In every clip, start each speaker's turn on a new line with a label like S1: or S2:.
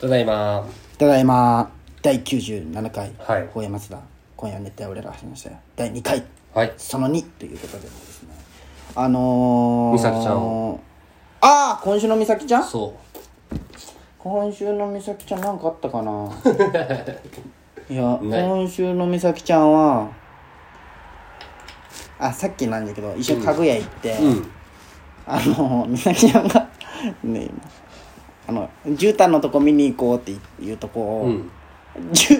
S1: ただいま
S2: ただいま第97回
S1: はい
S2: 放映松田今夜は熱帯俺ら始めましたよ第2回
S1: はい
S2: その2ということでですねあのー、
S1: 美咲ちゃんを
S2: ああ今週の美咲ちゃん
S1: そ
S2: 今週の美咲ちゃんなんかあった かないや
S1: ない
S2: 今週の美咲ちゃんはあさっきなんだけど一緒に家具屋行って、
S1: ううん
S2: あの美咲ちゃんがねあの絨毯のとこ見に行こうっていうとこを、
S1: うん
S2: じゅ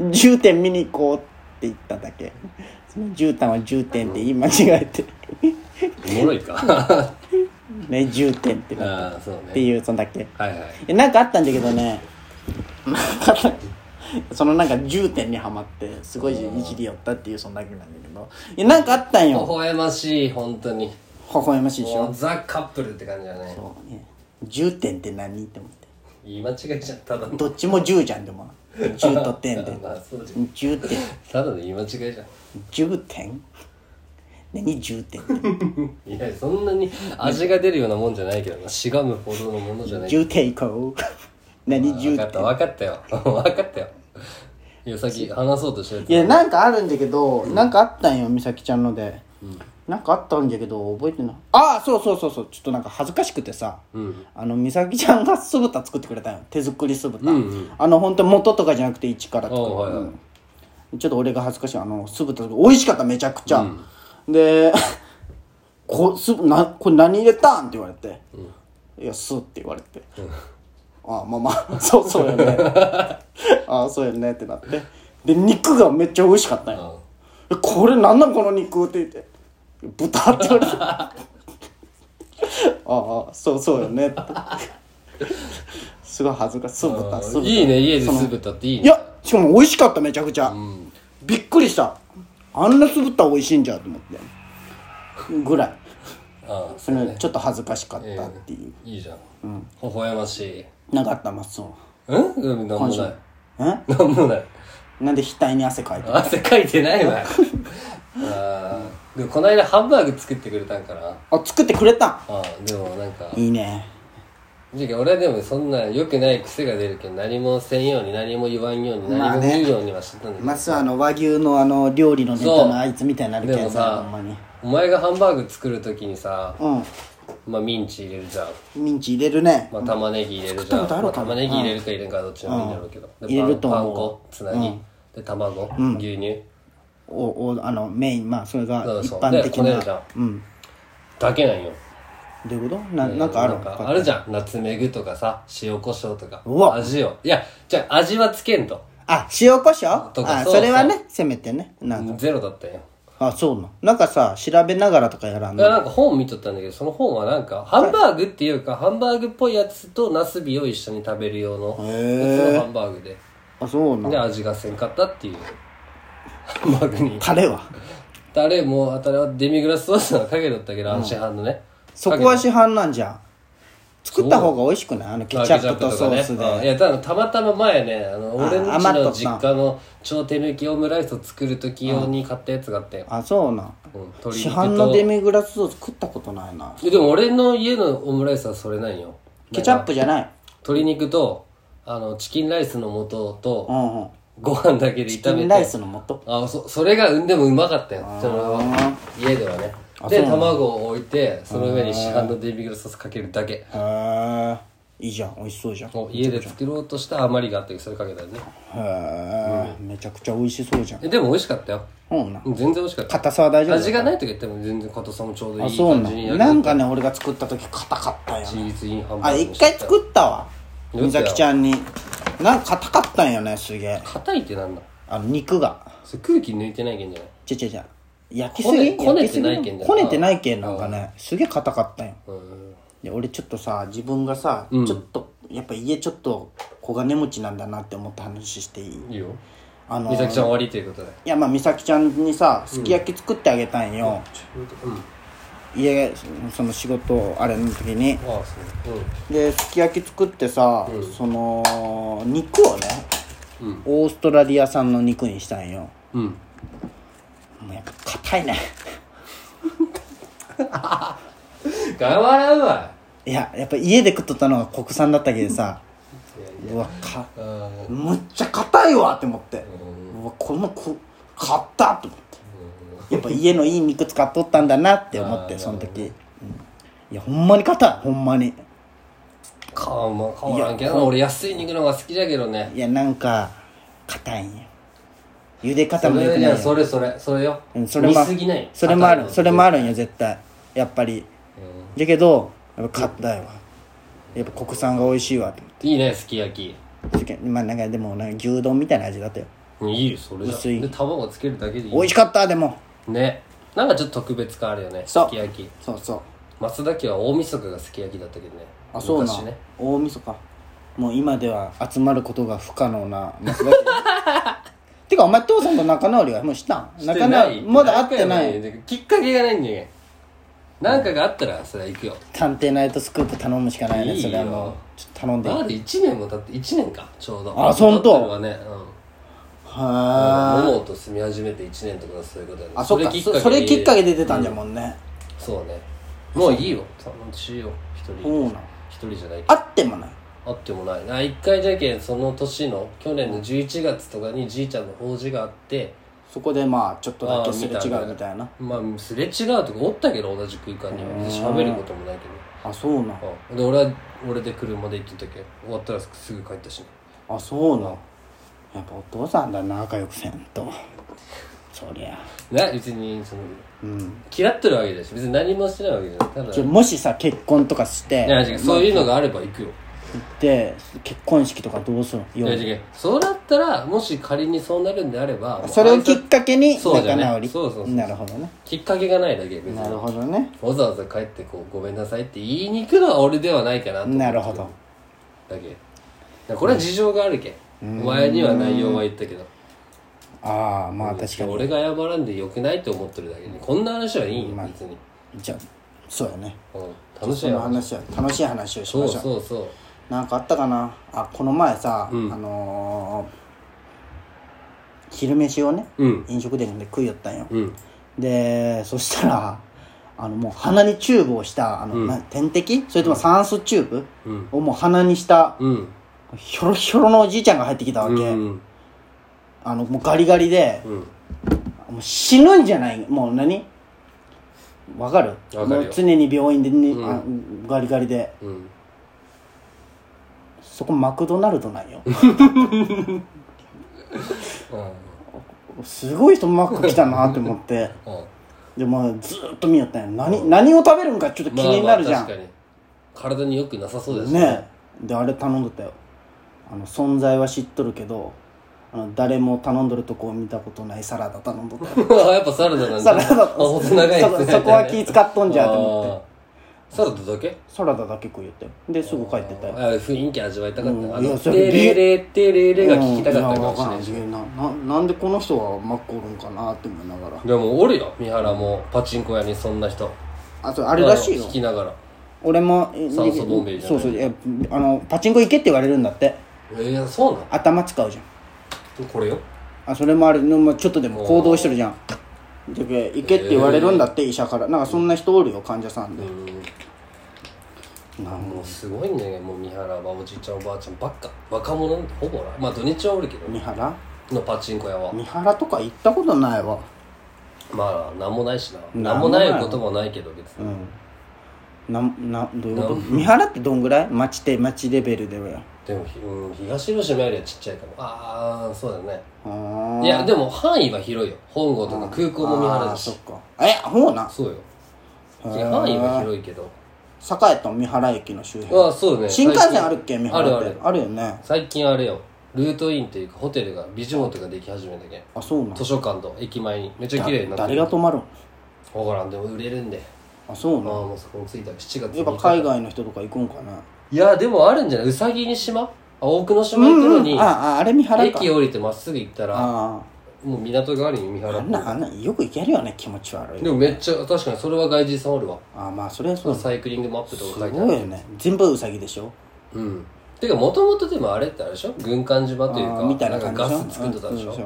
S2: 10点見に行こうって言っただけその絨毯は10点って言い間違えて
S1: おもろい か
S2: ね10点ってなっ
S1: ああそう
S2: て
S1: ね
S2: いうそんだけ
S1: はいはい
S2: えなんかあったんだけどね なんかあったそのなんか10点にはまってすごいいじり寄ったっていうそんだけなんだけどいやなんかあったん
S1: 微
S2: よ
S1: 笑ましい本当に
S2: 微笑ましいでし
S1: もう
S2: ょ
S1: ザ・カップルって感じだね
S2: そう、ね、10点って何って思って
S1: 言い間違えちゃっただの
S2: どっちも10じゃん でも10と点で
S1: まあそうじゃん
S2: 10点
S1: ただの言い間違えじ ゃ
S2: 10点何10点 って
S1: んいやそんなに味が出るようなもんじゃないけどなしがむほどのものじゃない
S2: 重点 行こう何重
S1: 分か
S2: 点
S1: った分かったよ分かったよいやさっき話そうとしたやつ
S2: いやなんかあるんだけど、なんかあったんよ美咲ちゃんので、なんかあったんだけど覚えてないああそうそうそうそうちょっとなんか恥ずかしくてさ、
S1: うん
S2: あの美咲ちゃんが酢豚作ってくれたんよ手作り酢豚、
S1: うんうん
S2: あの本当元とかじゃなくて一から
S1: ああ
S2: 作る
S1: はいはい
S2: うんちょっと俺が恥ずかしいあの酢豚美味しかっためちゃくちゃ、で こすなこれ何入れたん?」って言われて「いや酢」って言われて「ああまあまあ そうそうよねああそうよね」ってなってで肉がめっちゃ美味しかったんよ「えこれなんなんこの肉」って言って「豚」って言 われて「ああそうそうよね」ってすごい恥ずかしい酢豚酢
S1: うん
S2: 豚
S1: いいね家で
S2: その
S1: 酢豚っていい
S2: い
S1: ね
S2: やしかも美味しかっためちゃくちゃ、びっくりしたあんな酢豚美味しいんじゃんと思ってぐらい
S1: ああ
S2: それちょっと恥ずかしかったっていう、
S1: いいじゃん、微笑ましい
S2: なかったまっすん
S1: うんうんなんもない
S2: え
S1: なんもない
S2: なんで額に汗かいた
S1: 汗かいてない わあーでもこの間ハンバーグ作ってくれたんかな
S2: あ作ってくれた
S1: あーでもなんか
S2: いいね
S1: じゃけ俺はでもそんな良くない癖が出るけど何もせんように何も言わんように
S2: まあ
S1: 何も
S2: ね
S1: 見んようにはしてたんだけど、
S2: まっすんあの和牛のあの料理のネタ
S1: そう
S2: のあいつみたいになるけ
S1: でも
S2: どさ
S1: さ
S2: ほんまに
S1: お前がハンバーグ作る時にさ、
S2: う
S1: まあ、ミンチ入れるじゃん、
S2: んミンチ入れるね
S1: まあ、玉ねぎ入れるじゃん、
S2: 作ったことあ
S1: ま
S2: る
S1: あ、
S2: かな
S1: 玉ねぎ入れるか入れんかどっちでもいいんだろうけど、
S2: うん
S1: で
S2: 入れると思
S1: パン
S2: う
S1: パン粉つなぎ、で卵、牛乳
S2: おおあのメインまあそれが
S1: そう
S2: 一
S1: そう
S2: 般的
S1: でこね
S2: な
S1: るじゃん
S2: うん
S1: だけなんよ
S2: どういうことななんかある
S1: なんかあるじゃんナツメグとかさ塩コショウとか
S2: うわ
S1: 味をいやじゃあ味はつけんと
S2: あ塩コショウ
S1: とか
S2: あ
S1: そう
S2: それはねせめてねなんか
S1: ゼロだったんよ
S2: あそうなんなんかさ調べながらとかやらん
S1: だか
S2: の
S1: らなんか本見とったんだけどその本はなんかハンバーグっていうかハンバーグっぽいやつとナスビを一緒に食べる用の
S2: へー
S1: やつのハンバーグで
S2: あそうなん
S1: で味がせんかったっていう ハンバーグに
S2: タレは
S1: あれもうあたりはデミグラスソースのかけとったけど、あの市販のね
S2: そこは市販なんじゃん作った方が美味しくないあのケチャップと
S1: あ
S2: ソース
S1: ケチャップとかねうんい
S2: で
S1: やただたまたま前ねあの俺の家
S2: 余っと
S1: の
S2: った
S1: 実家の超手抜きオムライスを作る時用に買ったやつがあったよ、
S2: あそうなん
S1: うん、鶏
S2: 市
S1: 肉
S2: 販の
S1: と
S2: デミグラスソース食ったことないな
S1: でも俺の家のオムライスはそれないよ
S2: ケチャップじゃない
S1: 鶏肉とあのチキンライスの素
S2: う
S1: と
S2: んうん
S1: ご飯だけで
S2: チキ
S1: 炒め
S2: ンライ
S1: て
S2: スの素
S1: あそそれがうんでもうまかったよその家ではねで卵を置いてその上に市販のデミグラスソースかけるだけ
S2: へえいいじゃん美味しそうじゃんへ
S1: もう家で作ろうとした余りがあったけどそれかけたよね
S2: えめちゃくちゃ美味しそうじゃん
S1: えでも美味しかったよ
S2: そうなん
S1: 全然美味しかった
S2: 硬さは大丈夫
S1: 味がないとか言っても全然硬さもちょうどい
S2: あ
S1: い
S2: そう
S1: 感
S2: な
S1: じにや
S2: ん
S1: る
S2: なんかね俺が作った時硬かったよ
S1: チーズインハンバ
S2: あ
S1: ーグ
S2: 一回作ったわ
S1: どうや
S2: 美
S1: った
S2: 咲ちゃんになんか硬かったんよねすげえ
S1: 硬いってなんだ
S2: あの肉が
S1: それ空気抜いてないけんじゃない
S2: ちゃちゃちゃ焼きすぎ
S1: こね
S2: 焼きす
S1: こねて
S2: ぎ
S1: ないけんだよ
S2: こねてないけんなんかねすげえ硬かったんよ
S1: うん
S2: で俺ちょっとさ自分がさ、ちょっとやっぱ家ちょっと小金持ちなんだなって思った話していい
S1: いいよ
S2: あの
S1: 美咲ちゃん終わりということで
S2: いやまあ美咲ちゃんにさすき焼き作ってあげたんよ、
S1: うん
S2: 家その仕事あれの時に
S1: ああそう
S2: ですき焼き作ってさ、その肉をね、オーストラリア産の肉にしたんよ
S1: うんうん
S2: もうやっぱ硬いね
S1: 頑張らんわ
S2: いややっぱ家で食っとったのが国産だったけどさうわか
S1: あー
S2: むっちゃ硬いわって思って、うわこのこ買ったと思って、やっぱ家のいい肉使っとったんだなって思ってその時、うん、いやほんまに硬いほんまに
S1: かわまあ変わらんけどな俺安い肉の方が好きだけどね
S2: いやなんか硬いんや茹で方
S1: そ
S2: もよくな
S1: れ
S2: い
S1: じ
S2: よ
S1: ゃそれそれそれよ、
S2: うんそれも
S1: 見すぎない
S2: それもあるそれもあ
S1: る
S2: るんよ絶対やっぱりだけどやっぱ硬いわやっぱ国産が美味しいわと思
S1: いいねすき焼き
S2: って世間まあなんかでもなんか牛丼みたいな味だったよ
S1: いいよそれじゃ
S2: 薄い
S1: で卵つけるだけでい
S2: 美
S1: い
S2: 味しかったでも
S1: ねなんかちょっと特別感あるよねす
S2: そう
S1: き焼き
S2: そうそう
S1: 松田家は大晦日がすき焼きだったけどね
S2: あそうな、
S1: 昔ね
S2: 大晦日もう今では集まることが不可能な松田家 てかお前父さんと仲直りはもうしたん仲直りまだ会ってない
S1: いきっかけがないんだよなんかがあったらそれは行くよ
S2: 探偵ナイトスクープ頼むしかないね
S1: いいよ
S2: それはもうちょっと頼んで
S1: まだ1年も経って1年かちょうど
S2: あそんと
S1: 経ってるわねうん
S2: は
S1: モモと住み始めて1年とかそういうことやね
S2: あそっか
S1: れ
S2: そそれきっかけ
S1: で
S2: で出たんじゃもんね、
S1: そうねもういいよ楽しいよ一
S2: そう
S1: 人
S2: なの
S1: 一人じゃないけど
S2: あってもない
S1: あってもないな一回じゃけんその年の去年の11月とかにじいちゃんの法事があって
S2: そこでまあちょっとだ
S1: あ
S2: け
S1: ー
S2: すれ違うみたいな
S1: まあすれ違うとかおったけど同じ空間には別に喋ることもないけ
S2: あそうなん
S1: どうんで俺は俺で車で行ってたけん終わったらすぐ帰ったしね
S2: あそうなんやっぱお父さんだな仲良くせんとそりゃ
S1: ね別にその
S2: うん
S1: 嫌ってるわけだし別に何もしてないわけじゃないただ
S2: じゃあもしさ結婚とかして
S1: いや違うそういうのがあれば行くよ
S2: で結婚式とかどうする
S1: い
S2: の
S1: や違うそうなったらもし仮にそうなるんであれば
S2: それをきっ
S1: 挨拶
S2: かけに
S1: そうじ
S2: 仲
S1: ゃね
S2: 直り
S1: そうそうそう
S2: なるほどね
S1: きっかけがないだけ別に
S2: なるほどね
S1: わざわざ帰ってこうごめんなさいって言いに行くのは俺ではないかなと思って
S2: なるほど
S1: だけだからこれは事情があるけんお前には内容は言ったけど
S2: ああまあ確かに
S1: 俺が謝らんでよくないって思ってるだけでこんな話はいいよ別に、
S2: じゃあそうやね
S1: うん、楽し
S2: そ
S1: い
S2: の
S1: 話
S2: 話は楽しい話をし
S1: そ
S2: ま
S1: う
S2: しょう
S1: そうそう
S2: なんかあったかなあこの前さ、
S1: うん
S2: あのー昼飯をね
S1: うん
S2: 飲食店で食いよったんよ、
S1: うん
S2: でそしたらあのもう鼻にチューブをしたあの、
S1: うん
S2: な点滴それとも酸素チューブ
S1: うん
S2: をもう鼻にした
S1: うん
S2: ひょろひょろのおじいちゃんが入ってきたわけ、
S1: うん
S2: あのもうガリガリで、
S1: うん
S2: もう死ぬんじゃないもう何わかる
S1: わかるよ
S2: もう常に病院でね、
S1: うん
S2: あガリガリで
S1: うん
S2: そこマクドナルドな んよすごい人マック来たなって思って
S1: うん
S2: でもずーっと見よったんよ何何を食べるんかちょっと気になるじゃ
S1: ま
S2: ん、
S1: あまあ確かに体によくなさそうです
S2: ねであれ頼んどったよあの存在は知っとるけどあの誰も頼んどるとこを見たことないサラダ頼んどったよ
S1: あ やっぱサラダなんだ
S2: サラダ
S1: あ細長いやつ
S2: そこそこは気使っとんじゃと思って
S1: ってサラダだけ
S2: サラダだけ食いよったよですぐ帰ってったよ
S1: あ雰囲気味わいたかった、
S2: うん
S1: あ
S2: いや
S1: の
S2: そ
S1: テレ
S2: れ
S1: レレテレレが聞きたかったかもしれないし、
S2: うんやわからんなななんでこの人はマックおるんかなって思いながら
S1: でもおるよ三原もパチンコ屋にそんな人
S2: あそうあれらしいよ
S1: 弾きながら
S2: 俺もえ
S1: 酸素ボンベじゃ
S2: そ
S1: な
S2: う
S1: い
S2: そういやあのパチンコ行けって言われるんだって
S1: えー、そうな
S2: 頭使うじゃん
S1: のこれよ
S2: あそれもあるのまあちょっとでも行動してるじゃんでけ行けって言われるんだって、医者からなんかそんな人おるよ患者さんで、なん
S1: もうすごいんだよもう三原はおじいちゃんおばあちゃんばっか若者なんてほぼないまあ土日はおるけど
S2: 三原
S1: のパチンコ屋は
S2: 三原とか行ったことないわ
S1: まあなんもないしな
S2: な
S1: なんん
S2: も
S1: も
S2: な
S1: ないいこともないけど別に、
S2: なんなどういうこと三原ってどんぐらい町って町レベルではよ
S1: でも、ひうん、東広島よりはちっちゃいかもああそうだね
S2: あー
S1: いやでも範囲は広いよ本郷とか空港も三原
S2: あー
S1: だ
S2: そっ
S1: し
S2: かえほうな
S1: そうよ範囲は広いけど
S2: 栄と三原駅の周辺
S1: ああそうね
S2: 新幹線あるっけ三
S1: 最
S2: 原
S1: 近あ
S2: って
S1: るある
S2: あるよね
S1: 最近あれよルートインっていうかホテルがビジョンとかでき始めたけん
S2: あそうなん
S1: 図書館と駅前にめっちゃ綺麗になって
S2: 誰
S1: る
S2: が泊まるん
S1: 分からんでも売れるんで
S2: あそう
S1: ま
S2: な
S1: あ
S2: ん
S1: もうそこに着いたら7月
S2: やっぱ
S1: に
S2: 海外の人とか行くんかない
S1: やでもあるんじゃないうさぎに島あ奥の島行くのに
S2: あああれ三原か
S1: 駅降りてまっすぐ行ったら
S2: あ
S1: もう港があるよ三
S2: ああ
S1: 原
S2: んなあんなよく行けるよね気持ち悪い
S1: でもめっちゃ確かにそれは外人さんおるわ
S2: ああまあそれはそうす
S1: サイクリングマップとか書
S2: ご
S1: い
S2: い
S1: てある
S2: よね全部ウサギでしょ
S1: うんてかもともとでもあれってあれでしょ軍艦島という
S2: あ
S1: か
S2: ーみたいな感じ
S1: ん
S2: でし
S1: か
S2: ょ
S1: ガス作ってたでし
S2: う
S1: ょ
S2: んそう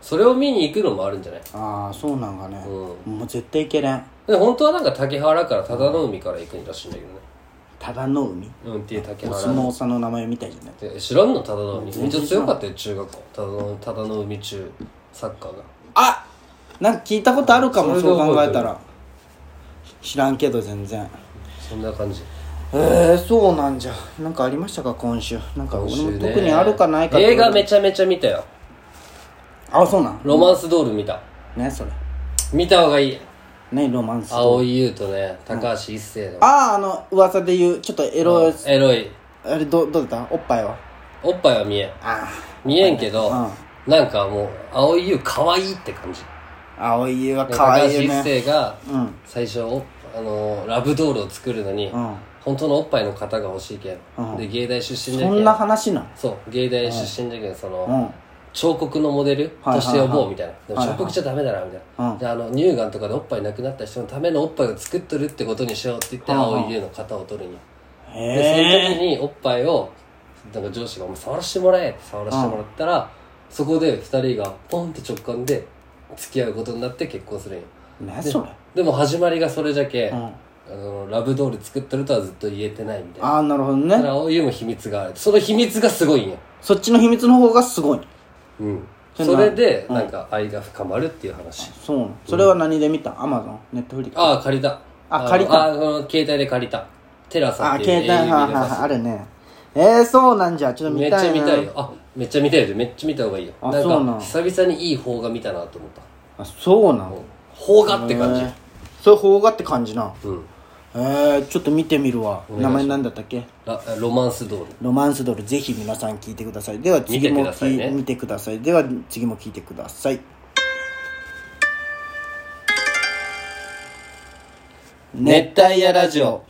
S1: それを見に行くのもあるんじゃない
S2: ああそうなんかね
S1: う
S2: もう絶対行けれん
S1: で本当はなんか竹原から忠の海から行くんらしいんだけどね
S2: ただの海
S1: うんっていう竹
S2: お
S1: 原
S2: 相撲さんの名前みたいじゃない
S1: で知らんのただの海めっちゃ強かったよ中学校ただのただの海中サッカーが
S2: あなんか聞いたことあるかも
S1: そ
S2: そ
S1: れ
S2: う
S1: で覚えてる
S2: 考えたら知らんけど全然
S1: そんな感じ
S2: えー、そうなんじゃなんかありましたか今週なんか俺も
S1: 今週ね
S2: 特にあるかないか
S1: 映画
S2: め
S1: めちゃめちゃ見たよ
S2: あそうなん
S1: ロマンスドール見た
S2: ねそれ
S1: 見た方がいい
S2: ねロマンスあ
S1: 蒼井優とね高橋一生の
S2: あーあの噂で言うちょっとエロ、
S1: エロい
S2: あれどどうだったおっぱいは
S1: おっぱいは見えん
S2: あ
S1: 見えんけど、
S2: う
S1: なんかもう蒼井優可愛いって感じ
S2: あ青いは可愛いよ
S1: 高橋
S2: ね
S1: 一生が
S2: うん
S1: 最初おあのーラブドールを作るのに、
S2: ん
S1: 本当のおっぱいの型が欲しいけん、
S2: うん
S1: で芸大出身じゃ
S2: そ
S1: け
S2: んな話なん
S1: そう芸大出身じゃけん、その、
S2: うん
S1: 彫刻のモデルとして呼ぼうみたいな、でも
S2: はいはいは
S1: 彫
S2: い
S1: 刻じゃダメだなみたいな、
S2: うん
S1: であの乳がんとかでおっぱいなくなった人のためのおっぱいを作っとるってことにしようって言って
S2: はいはい
S1: 青い優の型を取るんよでその
S2: へえ
S1: 時におっぱいをなんか上司が「もう触らせてもらえ」って触らせてもらったら、そこで2人がポンって直感で付き合うことになって結婚するんよ
S2: 何それ
S1: でも始まりがそれじゃけ、
S2: うん
S1: あのラブドール作ってるとはずっと言えてないみたいな
S2: ああなるほど
S1: だか
S2: ね
S1: ら青い優も秘密があるその秘密がすごいんよ
S2: そっちの秘密の方がすごい
S1: うん
S2: そんな
S1: それでなんか愛が深まるっていう話、
S2: そうなのそれは何で見たアマゾンネットフリック
S1: ああ借りた
S2: あ
S1: の
S2: 借りた
S1: ああの携帯で借りたテラさん
S2: あ
S1: っていう
S2: 携帯
S1: AV
S2: はいはい
S1: で
S2: はい
S1: さ
S2: あるねえー、そうなんじゃちょっと
S1: め
S2: 見
S1: っち
S2: たい
S1: ゃ見
S2: な
S1: たいよあめっちゃ見たいよめっちゃ見た方がいいよ
S2: あ
S1: なん
S2: そうなん
S1: か久々にいい邦画見たなと思った
S2: あそうなの
S1: 邦画って感じ
S2: へーそれ邦画って感じな
S1: うん
S2: えー、ちょっと見てみるわ名前なんだったっけ
S1: ラロマンスドール
S2: ロマンスドールぜひ皆さん聞いてくださいでは次
S1: 見て
S2: も
S1: くださいね
S2: き見てくださいでは次も聞いてください熱帯夜ラジオ